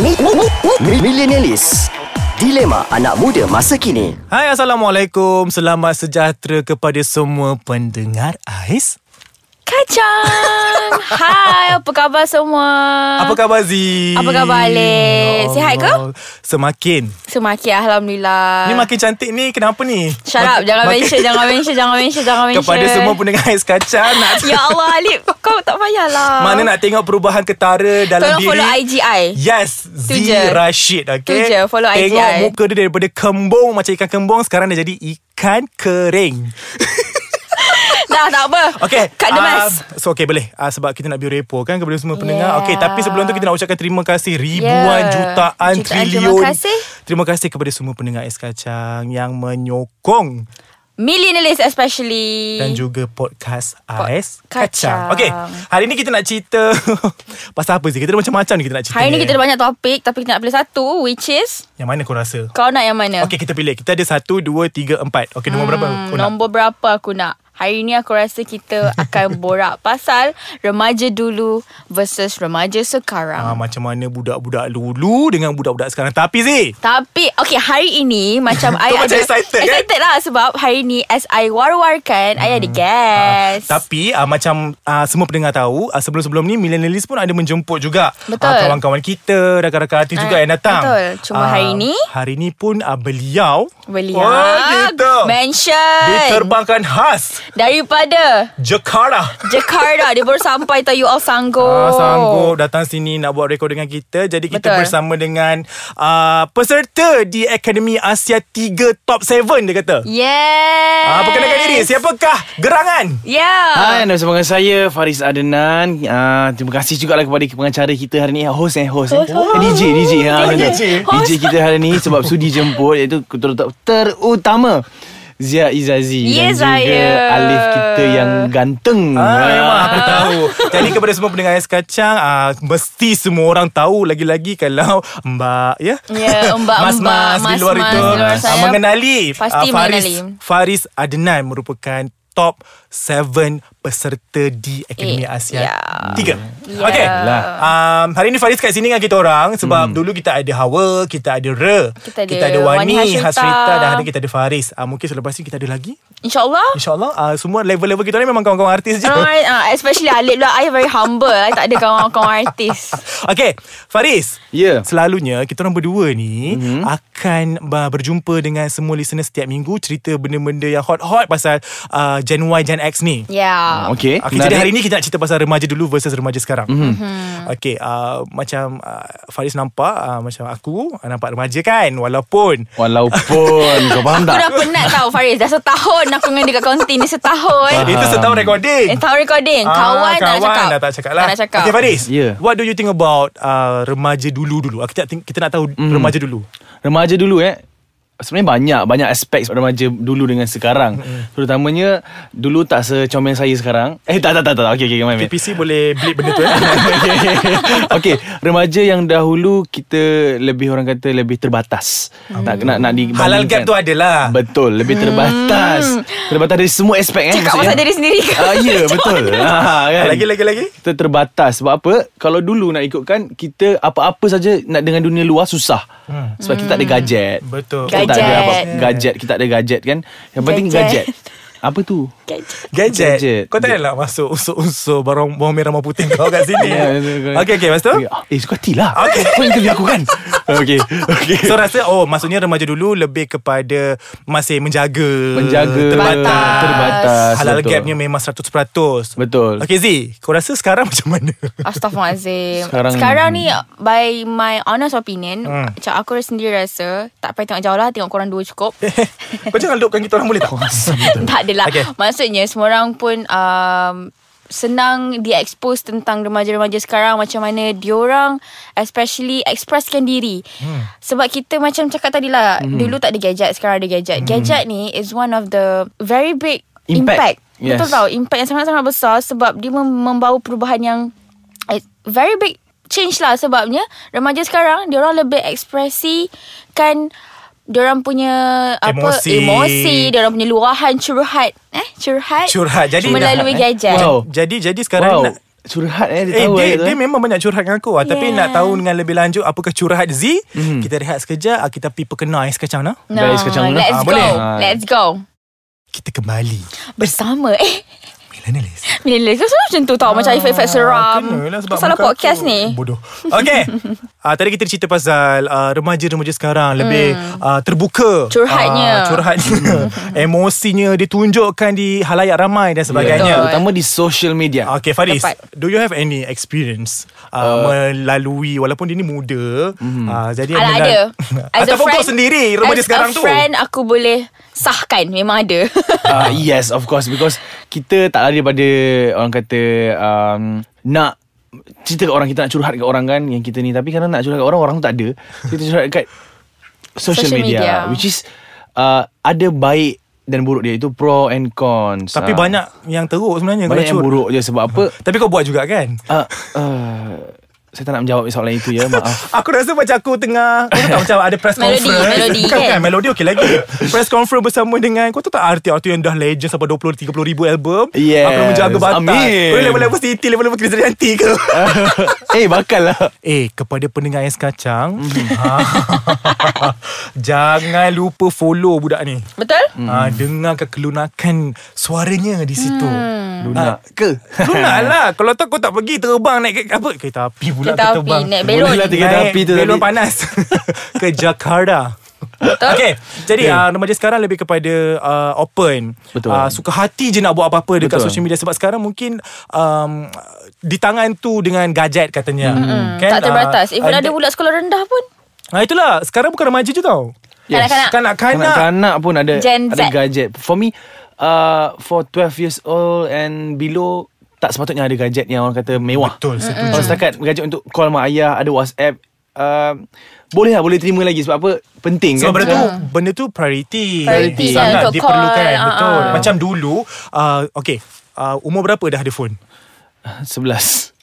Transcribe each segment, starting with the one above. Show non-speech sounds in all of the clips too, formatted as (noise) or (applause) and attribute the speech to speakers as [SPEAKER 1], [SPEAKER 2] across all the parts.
[SPEAKER 1] Mi- mi- mi- mi- Millenialis Dilema anak muda masa kini
[SPEAKER 2] Hai Assalamualaikum Selamat sejahtera kepada semua pendengar AIS (laughs)
[SPEAKER 3] Kacang Hai apa khabar semua
[SPEAKER 2] Apa khabar Z?
[SPEAKER 3] Ah. Apa khabar,
[SPEAKER 2] Ya
[SPEAKER 3] Alex? Sihat ke? Ah.
[SPEAKER 2] Allah. Semakin
[SPEAKER 3] Semakin Alhamdulillah
[SPEAKER 2] Ni makin cantik ni Kenapa ni?
[SPEAKER 3] Shut up Jangan mention Jangan mention Jangan mention Jangan mention
[SPEAKER 2] Kepada semua pendengar AIS Kacang nak,
[SPEAKER 3] (laughs) Ya Allah Alip Kau tak payahlah
[SPEAKER 2] Mana nak tengok perubahan ketara dalam
[SPEAKER 3] Tolong
[SPEAKER 2] diri Ya.
[SPEAKER 3] follow IGI
[SPEAKER 2] Yes Z
[SPEAKER 3] Tu je.
[SPEAKER 2] Rashid okay?
[SPEAKER 3] Tu je, follow
[SPEAKER 2] Tengok
[SPEAKER 3] IGI.
[SPEAKER 2] muka dia daripada kembung Macam ikan kembung Sekarang dia jadi ikan kering
[SPEAKER 3] Dah tak apa
[SPEAKER 2] Okay
[SPEAKER 3] Cut the mess
[SPEAKER 2] uh, So okay boleh uh, Sebab kita nak build repo kan Kepada semua pendengar
[SPEAKER 3] Yeah.
[SPEAKER 2] Okay tapi sebelum tu Kita nak ucapkan terima kasih Ribuan,
[SPEAKER 3] Yeah.
[SPEAKER 2] jutaan,
[SPEAKER 3] Jutaan
[SPEAKER 2] triliun
[SPEAKER 3] terima kasih.
[SPEAKER 2] Terima kasih kepada semua pendengar Es Kacang Yang menyokong
[SPEAKER 3] Millennialist especially
[SPEAKER 2] Dan juga podcast AIS Kacang
[SPEAKER 3] Kacang.
[SPEAKER 2] Okay Hari ni kita nak cerita (laughs) Pasal apa sih Kita ada macam-macam ni kita nak cerita
[SPEAKER 3] Hari
[SPEAKER 2] ni.
[SPEAKER 3] ni kita ada banyak topik Tapi kita nak pilih satu Which is
[SPEAKER 2] Yang mana kau rasa
[SPEAKER 3] Kau nak yang mana
[SPEAKER 2] Okay kita pilih Kita ada satu, dua, tiga, empat Okay nombor berapa
[SPEAKER 3] Hmm,
[SPEAKER 2] kau nak?
[SPEAKER 3] Nombor berapa aku nak Hari ni aku rasa kita akan
[SPEAKER 2] (laughs)
[SPEAKER 3] borak pasal Remaja dulu versus remaja
[SPEAKER 2] Ah,
[SPEAKER 3] sekarang
[SPEAKER 2] macam mana budak-budak dulu dengan budak-budak sekarang. Tapi Zee,
[SPEAKER 3] Tapi okay hari ini
[SPEAKER 2] (laughs)
[SPEAKER 3] macam I
[SPEAKER 2] macam excited, kan?
[SPEAKER 3] Excited lah sebab hari ni as I war-warkan I
[SPEAKER 2] Hmm.
[SPEAKER 3] ada guest
[SPEAKER 2] Tapi uh, macam uh, semua pendengar tahu uh, Sebelum-sebelum ni Millennialis pun ada menjemput juga
[SPEAKER 3] Betul.
[SPEAKER 2] Ah, Kawan-kawan kita Rakan-rakan hati juga
[SPEAKER 3] Ah,
[SPEAKER 2] yang datang
[SPEAKER 3] betul. Cuma
[SPEAKER 2] Ah,
[SPEAKER 3] hari ni-
[SPEAKER 2] Hari ni pun uh, beliau
[SPEAKER 3] Beliau
[SPEAKER 2] Oh gitu
[SPEAKER 3] ya? Mention
[SPEAKER 2] Diterbangkan khas
[SPEAKER 3] Daripada
[SPEAKER 2] Jakarta
[SPEAKER 3] Jakarta Dia baru sampai tau You all sanggup
[SPEAKER 2] Ah, sanggup datang sini nak buat rekod dengan kita. Jadi kita
[SPEAKER 3] Betul.
[SPEAKER 2] bersama dengan uh, peserta di Akademi Asia 3 Top 7 dia kata.
[SPEAKER 3] Yes Ya.
[SPEAKER 2] Ah, perkenalkan diri. Siapakah gerangan?
[SPEAKER 3] Yeah
[SPEAKER 4] Hai, anda bersama dengan saya Faris Adenan. Uh, terima kasih juga lah kepada pengacara kita hari ni, host eh host. eh.
[SPEAKER 3] host.
[SPEAKER 4] DJ, DJ. Ha,
[SPEAKER 3] DJ.
[SPEAKER 4] DJ. DJ kita hari ni sebab sudi jemput iaitu terut- terutama Zia Izazi
[SPEAKER 3] Yes,
[SPEAKER 4] dan juga
[SPEAKER 3] saya.
[SPEAKER 4] Alif kita yang ganteng.
[SPEAKER 2] Ah,
[SPEAKER 4] Ah.
[SPEAKER 2] memang aku tahu. Jadi kepada semua pendengar Ais Kacang, ah, mesti semua orang tahu lagi-lagi kalau Mbak, ya?
[SPEAKER 3] Ya, mbak-mbak,
[SPEAKER 2] Mas-mas di luar
[SPEAKER 3] mas-mas
[SPEAKER 2] itu
[SPEAKER 3] di
[SPEAKER 2] ah,
[SPEAKER 3] luar saya
[SPEAKER 2] mengenali
[SPEAKER 3] pasti
[SPEAKER 2] ah, Faris,
[SPEAKER 3] mengenali.
[SPEAKER 2] Faris Adnan merupakan top 7 peserta di Akademi
[SPEAKER 3] Eh,
[SPEAKER 2] Asia
[SPEAKER 3] ya.
[SPEAKER 2] 3.
[SPEAKER 3] Ya.
[SPEAKER 2] Okay. Um, hari ni Faris kat sini dengan kita orang sebab dulu kita ada Hawa, kita ada Re,
[SPEAKER 3] Kita ada
[SPEAKER 2] Wani,
[SPEAKER 3] Wani Hasrita.
[SPEAKER 2] Hasrita dan hari ni kita ada Faris. Ah, mungkin selepas ni kita ada lagi.
[SPEAKER 3] InsyaAllah
[SPEAKER 2] InsyaAllah ah, semua level-level kita ni memang kawan-kawan artis je.
[SPEAKER 3] Orang uh, Especially Alip lah I very humble I tak ada kawan-kawan artis
[SPEAKER 2] (laughs) Okay Faris
[SPEAKER 4] Ya. Mhm.
[SPEAKER 2] Selalunya Kita orang berdua ni mm-hmm. Akan ba- berjumpa Dengan semua listener Setiap minggu Cerita benda-benda yang hot-hot Pasal uh, Gen Y Gen X ni
[SPEAKER 3] Yeah
[SPEAKER 4] Ah, Okey. Mhm.
[SPEAKER 2] Okay, jadi hari ni kita nak cerita pasal remaja dulu versus remaja sekarang.
[SPEAKER 3] Mhm.
[SPEAKER 2] Mm-hmm. Okay, uh, macam uh, Faris nampak uh, macam aku uh, nampak remaja kan, walaupun
[SPEAKER 4] Walaupun kau faham
[SPEAKER 3] Aku
[SPEAKER 4] tak?
[SPEAKER 3] dah penat tau Faris Dah setahun aku dengan dia kat konti ni Setahun
[SPEAKER 2] itu setahun
[SPEAKER 3] Eh
[SPEAKER 2] recording.
[SPEAKER 3] tahun recording
[SPEAKER 2] Ah,
[SPEAKER 3] Kawan, tak nak
[SPEAKER 2] kawan
[SPEAKER 3] cakap
[SPEAKER 2] dah tak cakap lah
[SPEAKER 3] Tak nak cakap
[SPEAKER 2] Okay Faris
[SPEAKER 4] Ya.
[SPEAKER 2] What do you think about uh, Remaja dulu-dulu Ah, Kita, kita nak tahu
[SPEAKER 4] Mhm.
[SPEAKER 2] mm. Remaja dulu
[SPEAKER 4] Remaja dulu eh Sebenarnya banyak Banyak aspek remaja dulu dengan sekarang mm-hmm. Terutamanya Dulu tak secomel saya sekarang Eh tak tak tak, tak. Okay, okay, okay,
[SPEAKER 2] PPC boleh Blip benda tu eh
[SPEAKER 4] (laughs) okay, remaja yang dahulu kita lebih orang kata lebih terbatas.
[SPEAKER 3] Hmm.
[SPEAKER 4] Nak nak nak dibandingkan.
[SPEAKER 2] Halal gap tu adalah
[SPEAKER 4] Betul, lebih terbatas. Terbatas dari semua aspek eh.
[SPEAKER 3] (laughs) Cakap pasal diri sendiri ke?
[SPEAKER 4] Ah, ya, betul. Ah, kan?
[SPEAKER 2] Lagi lagi lagi
[SPEAKER 4] Kita terbatas Sebab apa Kalau dulu nak ikutkan Kita apa-apa saja Nak dengan dunia luar Susah hmm. Sebab kita tak ada gadget
[SPEAKER 2] Betul.
[SPEAKER 4] kita tak ada
[SPEAKER 3] Gadget.
[SPEAKER 4] apa, Gadget Kita tak ada gadget kan Yang penting
[SPEAKER 3] Gadget.
[SPEAKER 4] gadget Apa tu?
[SPEAKER 2] Gadget.
[SPEAKER 4] Gadget.
[SPEAKER 2] Kau tak nak masuk unsur-unsur barang bawang merah maupun putih kau kat
[SPEAKER 4] (laughs)
[SPEAKER 2] sini.
[SPEAKER 4] Ya,
[SPEAKER 2] okay, okay, lepas tu?
[SPEAKER 4] Eh, suka hati lah
[SPEAKER 2] Okay.
[SPEAKER 4] Kau interview aku kan Okay, okay.
[SPEAKER 2] So rasa oh maksudnya remaja dulu lebih kepada masih menjaga
[SPEAKER 4] Menjaga
[SPEAKER 2] terbatas.
[SPEAKER 4] terbatas,
[SPEAKER 2] Halal
[SPEAKER 4] betul.
[SPEAKER 2] gapnya memang 100%.
[SPEAKER 4] Betul.
[SPEAKER 2] Okay Z, kau rasa sekarang (laughs) macam mana?
[SPEAKER 3] Astaghfirullahalazim sekarang,
[SPEAKER 4] Sekarang-
[SPEAKER 3] sekarang ni By my honest opinion
[SPEAKER 2] Hmm.
[SPEAKER 3] Macam aku sendiri rasa Tak payah tengok jauh lah Tengok korang dua cukup
[SPEAKER 2] Eh, kau jangan lupkan kita orang boleh tak?
[SPEAKER 3] (laughs) Tak adalah
[SPEAKER 2] Okay.
[SPEAKER 3] okay. Maksudnya semua orang pun um, Senang diekspos tentang remaja-remaja sekarang Macam mana diorang Especially expresskan diri hmm. Sebab kita macam cakap tadi lah hmm. Dulu tak ada gadget Sekarang ada gadget hmm. Gadget ni is one of the Very big impact,
[SPEAKER 4] Impact.
[SPEAKER 3] impact. Yes. Betul
[SPEAKER 4] Yes.
[SPEAKER 3] tau Impact yang sangat-sangat besar Sebab dia mem- membawa perubahan yang eh, Very big change lah Sebabnya remaja sekarang Diorang lebih ekspresikan Diorang punya apa
[SPEAKER 2] Emosi.
[SPEAKER 3] emosi dia orang punya luahan curhat eh curhat
[SPEAKER 2] Curhat. Jadi
[SPEAKER 3] melalui
[SPEAKER 2] dah, eh?
[SPEAKER 3] gadget
[SPEAKER 4] (laughs) Wow.
[SPEAKER 2] Jadi jadi sekarang
[SPEAKER 4] Wow.
[SPEAKER 2] nak,
[SPEAKER 4] Curhat eh Dia
[SPEAKER 2] Eh,
[SPEAKER 4] tahu eh,
[SPEAKER 2] dia,
[SPEAKER 4] tu,
[SPEAKER 2] dia
[SPEAKER 4] eh.
[SPEAKER 2] memang banyak curhat dengan aku yeah. Tapi
[SPEAKER 3] Yeah.
[SPEAKER 2] nak tahu dengan lebih lanjut Apakah curhat Z
[SPEAKER 4] Hmm.
[SPEAKER 2] mm-hmm. Kita rehat sekejap ah, Kita pergi perkenal eh, sekejap nah.
[SPEAKER 3] No,
[SPEAKER 4] Baik, sekejap, Mona.
[SPEAKER 3] let's
[SPEAKER 2] Ah,
[SPEAKER 3] go.
[SPEAKER 2] boleh?
[SPEAKER 4] Ah.
[SPEAKER 3] Let's go.
[SPEAKER 2] Kita kembali
[SPEAKER 3] Bersama. Eh,
[SPEAKER 2] Millennialist
[SPEAKER 3] bila kau selalu macam tu tau. Macam efek-efek seram.
[SPEAKER 2] Kenalah Ah, lah sebab
[SPEAKER 3] Salah
[SPEAKER 2] muka aku
[SPEAKER 3] Um, podcast ni.
[SPEAKER 2] Bodoh
[SPEAKER 3] (laughs)
[SPEAKER 2] Okay uh, Tadi kita cerita pasal uh, Remaja-remaja sekarang Lebih uh, terbuka
[SPEAKER 3] Hmm. Curhatnya.
[SPEAKER 2] uh,
[SPEAKER 3] (laughs)
[SPEAKER 2] Curhatnya Emosinya Ditunjukkan di halayak ramai Dan sebagainya
[SPEAKER 3] Betul.
[SPEAKER 4] Terutama di social media
[SPEAKER 2] Okay Faris
[SPEAKER 3] Tepat.
[SPEAKER 2] Do you have any experience uh, Melalui Walaupun dia ni muda
[SPEAKER 4] Mhm.
[SPEAKER 2] mm. uh, Jadi
[SPEAKER 3] Alah ada
[SPEAKER 2] (laughs) melal- Ataupun kau sendiri Remaja
[SPEAKER 3] as
[SPEAKER 2] sekarang
[SPEAKER 3] a
[SPEAKER 2] tu
[SPEAKER 3] friend aku boleh sahkan Memang ada (laughs)
[SPEAKER 4] uh, yes of course because kita tak lari daripada orang kata um, nak cerita kat orang kita nak curhat kat orang kan yang kita ni tapi kerana nak curhat kat orang orang tu tak ada So, kita curhat kat social,
[SPEAKER 3] Social
[SPEAKER 4] media,
[SPEAKER 3] media.
[SPEAKER 4] which is uh, ada baik dan buruk dia itu pro and cons
[SPEAKER 2] Tapi
[SPEAKER 4] Ah.
[SPEAKER 2] banyak yang teruk sebenarnya
[SPEAKER 4] banyak yang
[SPEAKER 2] kalau cur-
[SPEAKER 4] buruk je sebab (laughs) apa
[SPEAKER 2] Tapi kau buat juga kan
[SPEAKER 4] uh, uh, saya tak nak menjawab soalan itu ya maaf
[SPEAKER 2] Aku rasa macam aku tengah Kau tahu tak macam ada press
[SPEAKER 3] Melody,
[SPEAKER 2] conference
[SPEAKER 3] melody
[SPEAKER 2] Bukan,
[SPEAKER 3] kan?
[SPEAKER 2] bukan melody okey lagi Press conference bersama dengan Kau tahu tak artis-artis yang dah legend Sampai 20-30 ribu album
[SPEAKER 4] Yes.
[SPEAKER 2] Aku nak menjaga batas
[SPEAKER 4] Amin.
[SPEAKER 2] Boleh level-level
[SPEAKER 4] (laughs)
[SPEAKER 2] Siti Level-level Chris Rianti ke
[SPEAKER 4] (laughs) eh bakal lah
[SPEAKER 2] Eh kepada pendengar yang sekacang
[SPEAKER 4] Mhm.
[SPEAKER 2] (laughs) ha, Jangan lupa follow budak ni
[SPEAKER 3] Betul?
[SPEAKER 4] Mhm.
[SPEAKER 2] ha, Dengarkan kelunakan suaranya di situ
[SPEAKER 4] Hmm. Lunak
[SPEAKER 2] Ah, ke?
[SPEAKER 4] (laughs)
[SPEAKER 2] Lunak lah Kalau tak kau tak pergi terbang naik ke- apa Kereta api pula
[SPEAKER 3] Kereta api,
[SPEAKER 2] terbang
[SPEAKER 3] naik belon.
[SPEAKER 4] Boleh lah tiga
[SPEAKER 2] Naik
[SPEAKER 4] api tu
[SPEAKER 2] Belon
[SPEAKER 4] tadi. (laughs)
[SPEAKER 2] panas (laughs) Ke Jakarta Okay Jadi yeah. uh, remaja sekarang lebih kepada uh, Open
[SPEAKER 4] Betul.
[SPEAKER 2] uh, Suka hati je nak buat apa-apa Dekat
[SPEAKER 4] Betul.
[SPEAKER 2] social media Sebab sekarang mungkin um, Di tangan tu Dengan gadget katanya
[SPEAKER 3] Hmm, tak
[SPEAKER 2] Ah,
[SPEAKER 3] terbatas Even
[SPEAKER 2] ah,
[SPEAKER 3] ada budak sekolah rendah pun
[SPEAKER 2] ah, Itulah Sekarang bukan remaja je tau
[SPEAKER 3] Kanak-kanak.
[SPEAKER 4] Yes.
[SPEAKER 2] Kan Kanak-kanak
[SPEAKER 4] Kanak-kanak pun ada
[SPEAKER 3] Gen
[SPEAKER 4] ada
[SPEAKER 3] Z.
[SPEAKER 4] gadget. For me, uh, for 12 years old and below, tak sepatutnya ada gadget yang orang kata mewah.
[SPEAKER 2] Betul,
[SPEAKER 3] Hmm.
[SPEAKER 2] setuju.
[SPEAKER 4] Kalau setakat gadget untuk call mak ayah, ada WhatsApp, uh, boleh lah, boleh terima lagi sebab apa, penting
[SPEAKER 2] Sebab
[SPEAKER 4] kan.
[SPEAKER 2] benda tu Benda tu priority
[SPEAKER 3] Priority, ya,
[SPEAKER 2] Sangat
[SPEAKER 3] untuk
[SPEAKER 2] diperlukan
[SPEAKER 3] call,
[SPEAKER 2] Betul
[SPEAKER 3] ah, ah.
[SPEAKER 2] Macam dulu uh, Okay uh, Umur berapa dah ada phone?
[SPEAKER 4] Ah, Sebelas.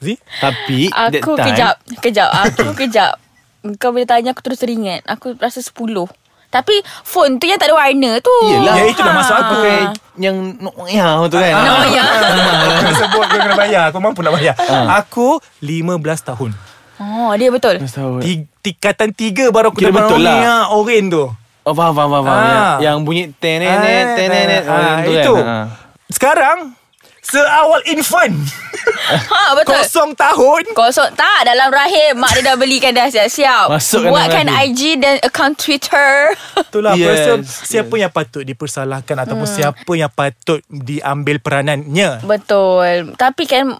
[SPEAKER 2] Z?
[SPEAKER 4] Tapi, that
[SPEAKER 3] Aku
[SPEAKER 4] time,
[SPEAKER 3] kejap Kejap Aku (laughs) kejap Kau bila tanya Aku terus teringat Aku rasa 10 Tapi Phone tu yang tak ada warna tu Ah.
[SPEAKER 4] Yelah.
[SPEAKER 2] Ya, itulah maksud aku.
[SPEAKER 4] Pakai yang nok ya tu kan.
[SPEAKER 3] ha. Nak
[SPEAKER 4] Ah. (laughs)
[SPEAKER 3] bayar
[SPEAKER 2] Kau (laughs) sebut kau kena bayar Kau mampu nak bayar Aku 15 tahun
[SPEAKER 3] Oh dia betul
[SPEAKER 4] Terus tahu.
[SPEAKER 2] Ti- Tingkatan 3 baru aku
[SPEAKER 4] Kira
[SPEAKER 2] terbang
[SPEAKER 4] betul lah.
[SPEAKER 2] Omnia Oren tu
[SPEAKER 4] Oh, faham, faham, faham. faham.
[SPEAKER 2] Ah.
[SPEAKER 4] Yang, yang bunyi tenenet,
[SPEAKER 2] Ah,
[SPEAKER 4] tenenet.
[SPEAKER 2] ah,
[SPEAKER 4] Oh, tu
[SPEAKER 2] Itu
[SPEAKER 4] kan. Ah.
[SPEAKER 2] Sekarang Seawal infant
[SPEAKER 3] Ha betul
[SPEAKER 2] Kosong tahun
[SPEAKER 3] Kosong tak dalam rahim Mak dia dah belikan dah siap-siap
[SPEAKER 4] Masukkan
[SPEAKER 3] Buatkan
[SPEAKER 4] dalam rahim.
[SPEAKER 3] IG dan account Twitter (laughs)
[SPEAKER 2] Itulah yes,
[SPEAKER 4] Yes,
[SPEAKER 2] rasa Siapa
[SPEAKER 4] yes.
[SPEAKER 2] yang patut dipersalahkan Ataupun
[SPEAKER 3] Hmm.
[SPEAKER 2] siapa yang patut Diambil peranannya
[SPEAKER 3] Betul Tapi kan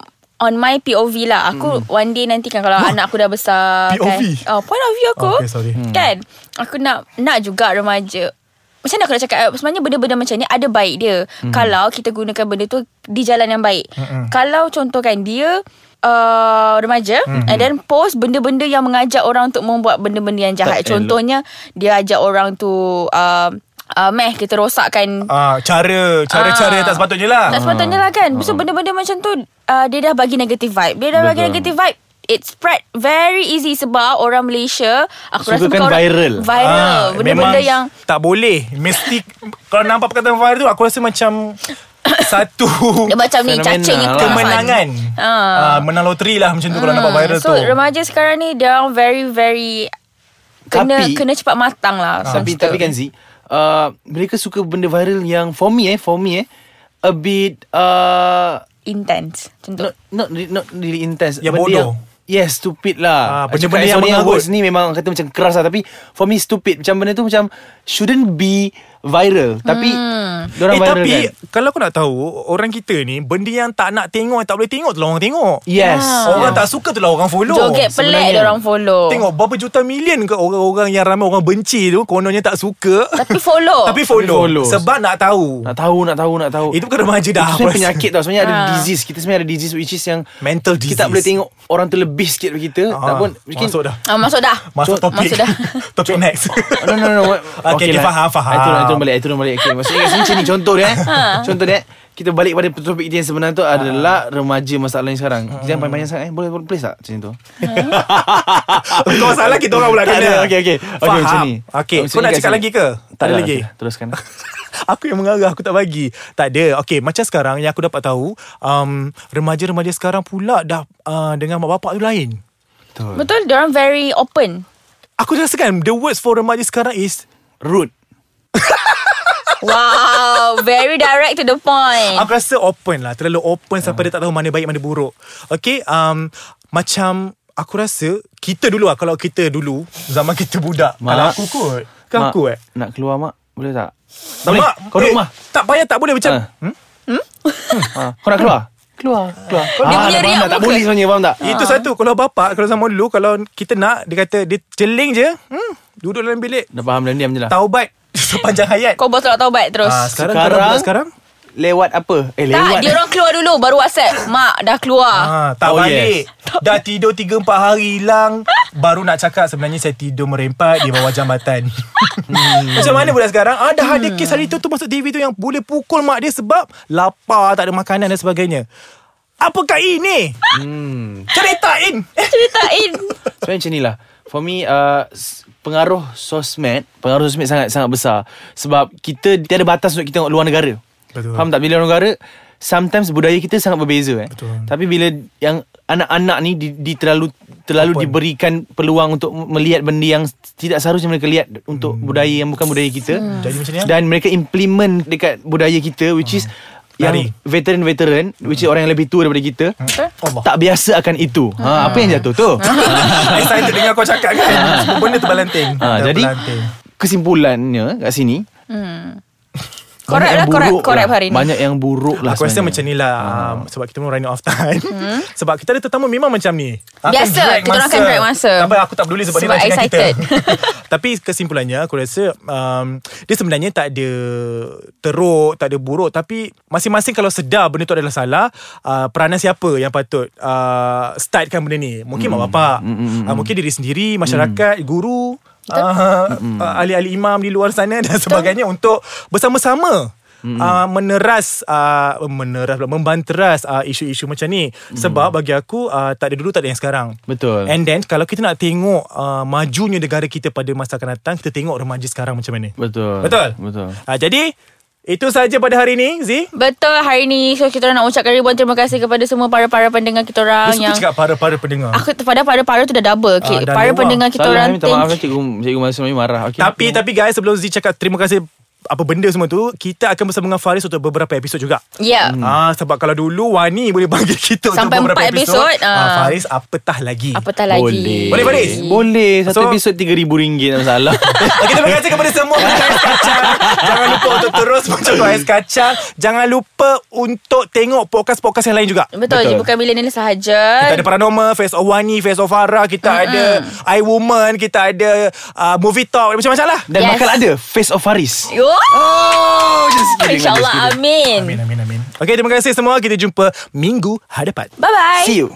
[SPEAKER 3] On my POV lah Aku
[SPEAKER 2] Hmm.
[SPEAKER 3] mm. one day nanti kan Kalau anak aku dah besar kan,
[SPEAKER 2] POV?
[SPEAKER 3] oh, Point of view aku
[SPEAKER 2] Okay, sorry. Hmm.
[SPEAKER 3] Kan Aku nak Nak juga remaja Macam mana aku nak cakap eh, Sebenarnya benda-benda macam ni Ada baik dia
[SPEAKER 2] Hmm.
[SPEAKER 3] Kalau kita gunakan benda tu Di jalan yang baik Kalau contohkan dia uh, Remaja
[SPEAKER 2] Hmm.
[SPEAKER 3] And then post Benda-benda yang mengajak orang Untuk membuat benda-benda yang jahat
[SPEAKER 4] Tak elok.
[SPEAKER 3] Contohnya Dia ajak orang tu uh, uh, Meh kita rosakkan
[SPEAKER 2] Ah, cara cara-cara
[SPEAKER 3] Ah.
[SPEAKER 2] yang tak sepatutnya lah.
[SPEAKER 3] tak sepatutnya lah kan So benda-benda macam tu uh, Dia dah bagi negative vibe Dia dah bagi
[SPEAKER 4] Betul.
[SPEAKER 3] negative vibe It spread very easy Sebab orang Malaysia Aku rasa
[SPEAKER 4] Sukakan
[SPEAKER 3] bukan orang-
[SPEAKER 4] viral.
[SPEAKER 3] Viral
[SPEAKER 2] Ah,
[SPEAKER 3] Benda-benda
[SPEAKER 2] memang
[SPEAKER 3] yang
[SPEAKER 2] tak boleh. Mesti kalau nampak perkataan viral tu aku rasa
[SPEAKER 3] (coughs)
[SPEAKER 2] macam satu
[SPEAKER 3] Dia macam ni
[SPEAKER 4] fenomena
[SPEAKER 3] cacing ni
[SPEAKER 4] lah.
[SPEAKER 3] keluar.
[SPEAKER 2] kemenangan. Ah.
[SPEAKER 3] Ah. Hmm.
[SPEAKER 2] menang loteri lah macam tu kalau nampak viral
[SPEAKER 3] So
[SPEAKER 2] tu.
[SPEAKER 3] remaja sekarang ni Dia orang very very Kena
[SPEAKER 4] Tapi-
[SPEAKER 3] kena cepat matang lah
[SPEAKER 4] tapi
[SPEAKER 3] macam
[SPEAKER 4] tapi
[SPEAKER 3] tu.
[SPEAKER 4] kan Z uh, mereka suka benda viral yang for me eh for me eh a bit uh,
[SPEAKER 3] Intense Macam tu
[SPEAKER 4] not not re- not really intense
[SPEAKER 2] Yang
[SPEAKER 4] Benda
[SPEAKER 2] bodoh.
[SPEAKER 4] Yes stupid
[SPEAKER 2] Ah,
[SPEAKER 4] lah
[SPEAKER 2] benda-benda
[SPEAKER 4] Cakap
[SPEAKER 2] yang
[SPEAKER 4] sorry,
[SPEAKER 2] menganggut.
[SPEAKER 4] words ni memang kata macam keras lah Tapi for me stupid Macam benda tu macam Shouldn't be viral Tapi hmm. Diorang
[SPEAKER 2] eh
[SPEAKER 4] viral
[SPEAKER 2] tapi
[SPEAKER 4] kan
[SPEAKER 2] kalau aku nak tahu orang kita ni benda yang tak nak tengok yang tak boleh tengok tu lah orang tengok.
[SPEAKER 4] Yes
[SPEAKER 2] Orang
[SPEAKER 4] yes.
[SPEAKER 2] tak suka tu lah orang follow.
[SPEAKER 3] Joget pelik
[SPEAKER 4] sebenarnya.
[SPEAKER 3] dia orang follow
[SPEAKER 2] Tengok berapa juta million ke orang-orang yang ramai orang benci tu kononnya tak suka.
[SPEAKER 3] Tapi follow
[SPEAKER 2] (laughs) tapi follow,
[SPEAKER 4] follow.
[SPEAKER 2] sebab nak tahu.
[SPEAKER 4] Nak tahu nak tahu nak tahu
[SPEAKER 2] Itu bukan remaja
[SPEAKER 4] Itu
[SPEAKER 2] dah.
[SPEAKER 4] sebenarnya penyakit tau Sebenarnya ada
[SPEAKER 3] Ah.
[SPEAKER 4] disease Kita sebenarnya ada disease Which is yang
[SPEAKER 2] Mental
[SPEAKER 4] Kita tak
[SPEAKER 2] disease.
[SPEAKER 4] boleh tengok Orang tu lebih sikit dari kita
[SPEAKER 2] Ah,
[SPEAKER 4] Tak pun mungkin-
[SPEAKER 2] masuk dah.
[SPEAKER 3] ah, Masuk dah
[SPEAKER 2] Masuk
[SPEAKER 4] Cuk-
[SPEAKER 2] topik
[SPEAKER 3] masuk
[SPEAKER 2] (laughs)
[SPEAKER 4] (laughs)
[SPEAKER 3] dah.
[SPEAKER 2] Topik next
[SPEAKER 4] No no no
[SPEAKER 2] (laughs)
[SPEAKER 4] what? lah. Ah,
[SPEAKER 2] Okay, okay, faham, faham.
[SPEAKER 4] I turun, I turun balik I turun balik okay. Maksudnya kat sini macam ni Contoh dia eh. Contoh dia eh. Kita balik pada topik kita yang sebenar tu
[SPEAKER 2] Ah.
[SPEAKER 4] Adalah remaja masalah yang sekarang
[SPEAKER 2] Hmm.
[SPEAKER 4] Jangan panjang-panjang sangat eh. Boleh, boleh place tak macam tu
[SPEAKER 2] (laughs) Kau salah kita orang pula
[SPEAKER 4] Tak
[SPEAKER 2] kena
[SPEAKER 4] ada, okay, okay. Okay,
[SPEAKER 2] Faham
[SPEAKER 4] macam ni.
[SPEAKER 2] Okay
[SPEAKER 4] Macam
[SPEAKER 2] Kau
[SPEAKER 4] ni
[SPEAKER 2] nak
[SPEAKER 4] kat
[SPEAKER 2] cakap
[SPEAKER 4] sini.
[SPEAKER 2] lagi ke? Tak ada
[SPEAKER 4] dah,
[SPEAKER 2] lagi
[SPEAKER 4] dah, Teruskan
[SPEAKER 2] (laughs) Aku yang mengarah Aku tak bagi Tak ada Okay macam sekarang Yang aku dapat tahu um, Remaja-remaja sekarang pula Dah uh, dengan mak bapak tu lain
[SPEAKER 3] Betul, dia orang very open.
[SPEAKER 2] Aku rasakan The words for remaja sekarang is
[SPEAKER 4] Rude
[SPEAKER 3] Wow, very direct to the point.
[SPEAKER 2] Aku rasa open lah Terlalu open Sampai dia tak tahu Mana baik mana buruk Okay um, Macam Aku rasa Kita dulu lah Kalau kita dulu Zaman kita budak
[SPEAKER 4] Mak.
[SPEAKER 2] Kalau aku kot Kau
[SPEAKER 4] Mak,
[SPEAKER 2] aku eh
[SPEAKER 4] Nak keluar mak Boleh tak? Tak boleh
[SPEAKER 2] Mak,
[SPEAKER 4] Kau duduk
[SPEAKER 2] eh,
[SPEAKER 4] rumah
[SPEAKER 2] Tak payah tak boleh macam
[SPEAKER 4] Ah.
[SPEAKER 2] Eh.
[SPEAKER 4] ha. Kau nak keluar? Keluar Keluar
[SPEAKER 3] Dia
[SPEAKER 4] Ah,
[SPEAKER 3] punya
[SPEAKER 4] dah faham
[SPEAKER 3] riak
[SPEAKER 4] tak? Tak
[SPEAKER 3] muka.
[SPEAKER 4] boleh sebenarnya Faham tak?
[SPEAKER 2] Itu satu Kalau bapak Kalau zaman dulu Kalau kita nak Dia kata Dia jeling je hmm, Duduk dalam bilik
[SPEAKER 4] Dah faham dan diam je lah
[SPEAKER 2] Taubat (laughs) Sepanjang hayat
[SPEAKER 3] Kau botol atau taubat terus.
[SPEAKER 2] Ah, sekarang, sekarang, kalau budak sekarang
[SPEAKER 4] Lewat apa?
[SPEAKER 3] tak,
[SPEAKER 4] Eh lewat
[SPEAKER 3] dia orang keluar dulu baru WhatsApp. Mak dah keluar.
[SPEAKER 2] Ah, tak
[SPEAKER 4] Oh,
[SPEAKER 2] oh, balik yes. Dah tidur 3-4 hari hilang Baru nak cakap Sebenarnya saya tidur merempat Di bawah jambatan (laughs) hmm. Macam mana budak sekarang ah, Dah ada kes hari tu tu Masuk TV tu Yang boleh pukul mak dia Sebab lapar Tak ada makanan dan sebagainya Apakah ini? Hmm. Ceritain (laughs) Eh,
[SPEAKER 3] Ceritain.
[SPEAKER 4] Sebenarnya macam ni lah For me uh, s- Pengaruh sosmed Pengaruh sosmed sangat-sangat besar Sebab kita Tiada batas untuk kita tengok luar negara
[SPEAKER 2] Betul.
[SPEAKER 4] Faham tak? Bila luar negara Sometimes budaya kita sangat berbeza eh.
[SPEAKER 2] Betul.
[SPEAKER 4] Tapi bila yang anak-anak ni di, di terlalu terlalu
[SPEAKER 2] Open.
[SPEAKER 4] diberikan peluang untuk m- melihat benda yang tidak seharusnya mereka lihat untuk budaya yang bukan budaya kita.
[SPEAKER 2] Hmm. Jadi macam ni lah. Hmm.
[SPEAKER 4] Dan mereka implement dekat budaya kita which is yang
[SPEAKER 2] Lari. Hmm.
[SPEAKER 4] veteran-veteran which is orang yang lebih tua daripada kita
[SPEAKER 2] Allah.
[SPEAKER 4] tak biasa akan itu. Ha apa yang jatuh tu?
[SPEAKER 2] Excited dengar kau cakap kan Semua benda terbalanting
[SPEAKER 4] Ha, jadi
[SPEAKER 2] Terbelanting.
[SPEAKER 4] kesimpulannya kat sini
[SPEAKER 3] Correct
[SPEAKER 4] banyak
[SPEAKER 3] lah,
[SPEAKER 4] yang
[SPEAKER 3] correct,
[SPEAKER 4] buruk
[SPEAKER 3] correct
[SPEAKER 4] lah.
[SPEAKER 3] hari ni.
[SPEAKER 4] Banyak yang buruk lah
[SPEAKER 2] Aku rasa
[SPEAKER 4] sebenarnya.
[SPEAKER 2] macam ni lah um, Sebab kita pun running out of time (laughs) Sebab kita ada tetamu memang macam ni Akan
[SPEAKER 3] Hmm. Biasa,
[SPEAKER 2] drag
[SPEAKER 3] kita orang akan drag masa.
[SPEAKER 2] Tapi aku tak peduli sebab, dia
[SPEAKER 3] Sebab
[SPEAKER 2] nak cakap
[SPEAKER 3] excited.
[SPEAKER 2] (laughs) kita Tapi kesimpulannya aku rasa um, Dia sebenarnya tak ada teruk, tak ada buruk Tapi masing-masing kalau sedar benda tu adalah salah uh, Peranan siapa yang patut uh, startkan benda ni Mungkin mak bapak uh, Mungkin diri sendiri, masyarakat, guru Uh, uh, ahli-ahli imam di luar sana dan sebagainya untuk bersama-sama uh, meneras uh, meneras pula, membanteras uh, isu-isu macam ni sebab bagi aku uh, tak ada dulu tak ada yang sekarang
[SPEAKER 4] Betul.
[SPEAKER 2] and then kalau kita nak tengok uh, majunya negara kita pada masa akan datang kita tengok remaja sekarang macam mana
[SPEAKER 4] Betul.
[SPEAKER 2] betul
[SPEAKER 4] Betul.
[SPEAKER 2] uh, jadi itu saja pada hari ini Zee
[SPEAKER 3] Betul hari ni So kita orang nak ucapkan ribuan terima kasih Kepada semua para-para pendengar kita
[SPEAKER 2] Dia
[SPEAKER 3] orang
[SPEAKER 2] suka
[SPEAKER 3] Yang
[SPEAKER 2] cakap para-para pendengar
[SPEAKER 3] Aku pada para-para tu dah double
[SPEAKER 2] Ah,
[SPEAKER 3] okay.
[SPEAKER 2] dah
[SPEAKER 3] Para
[SPEAKER 2] lewat.
[SPEAKER 3] pendengar kita
[SPEAKER 4] Salah,
[SPEAKER 3] orang
[SPEAKER 4] minta maaf
[SPEAKER 3] thank
[SPEAKER 4] lah cikgu cikgu Masumi marah. Okay,
[SPEAKER 2] Tapi tapi guys sebelum Zee cakap terima kasih apa benda semua tu kita akan bersama dengan Faris untuk beberapa episod juga.
[SPEAKER 3] Ya
[SPEAKER 2] Hmm. Ah sebab kalau dulu Wani boleh panggil (laughs) kita
[SPEAKER 3] Sampai
[SPEAKER 2] untuk beberapa
[SPEAKER 3] empat episod,
[SPEAKER 2] ah.
[SPEAKER 3] ah.
[SPEAKER 2] Faris apatah lagi.
[SPEAKER 3] Apatah
[SPEAKER 4] boleh.
[SPEAKER 3] lagi
[SPEAKER 2] Boleh, Faris?
[SPEAKER 4] Boleh. Satu
[SPEAKER 2] So-
[SPEAKER 4] episod RM3,000 tak
[SPEAKER 3] (laughs)
[SPEAKER 4] masalah.
[SPEAKER 2] Okay, terima kasih kepada semua pencinta ais kacang. Jangan lupa untuk terus mencontoh ais kacang. Jangan lupa untuk tengok podcast-podcast yang lain juga.
[SPEAKER 3] Betul, je
[SPEAKER 4] Betul.
[SPEAKER 3] Bukan milenial sahaja
[SPEAKER 2] Kita ada Paranormal, Face of Wani, Face of Farah, kita mm-hmm. ada I Woman, kita ada uh, Movie Talk, macam-macam lah.
[SPEAKER 4] Dan
[SPEAKER 3] Yes.
[SPEAKER 4] bakal ada Face of Faris.
[SPEAKER 3] Yo
[SPEAKER 4] Oh, just kidding,
[SPEAKER 3] InsyaAllah
[SPEAKER 4] just kidding.
[SPEAKER 3] amin
[SPEAKER 2] Amin, amin, amin. Okay, terima kasih semua. Kita jumpa minggu hadapan.
[SPEAKER 3] Bye bye
[SPEAKER 4] See you.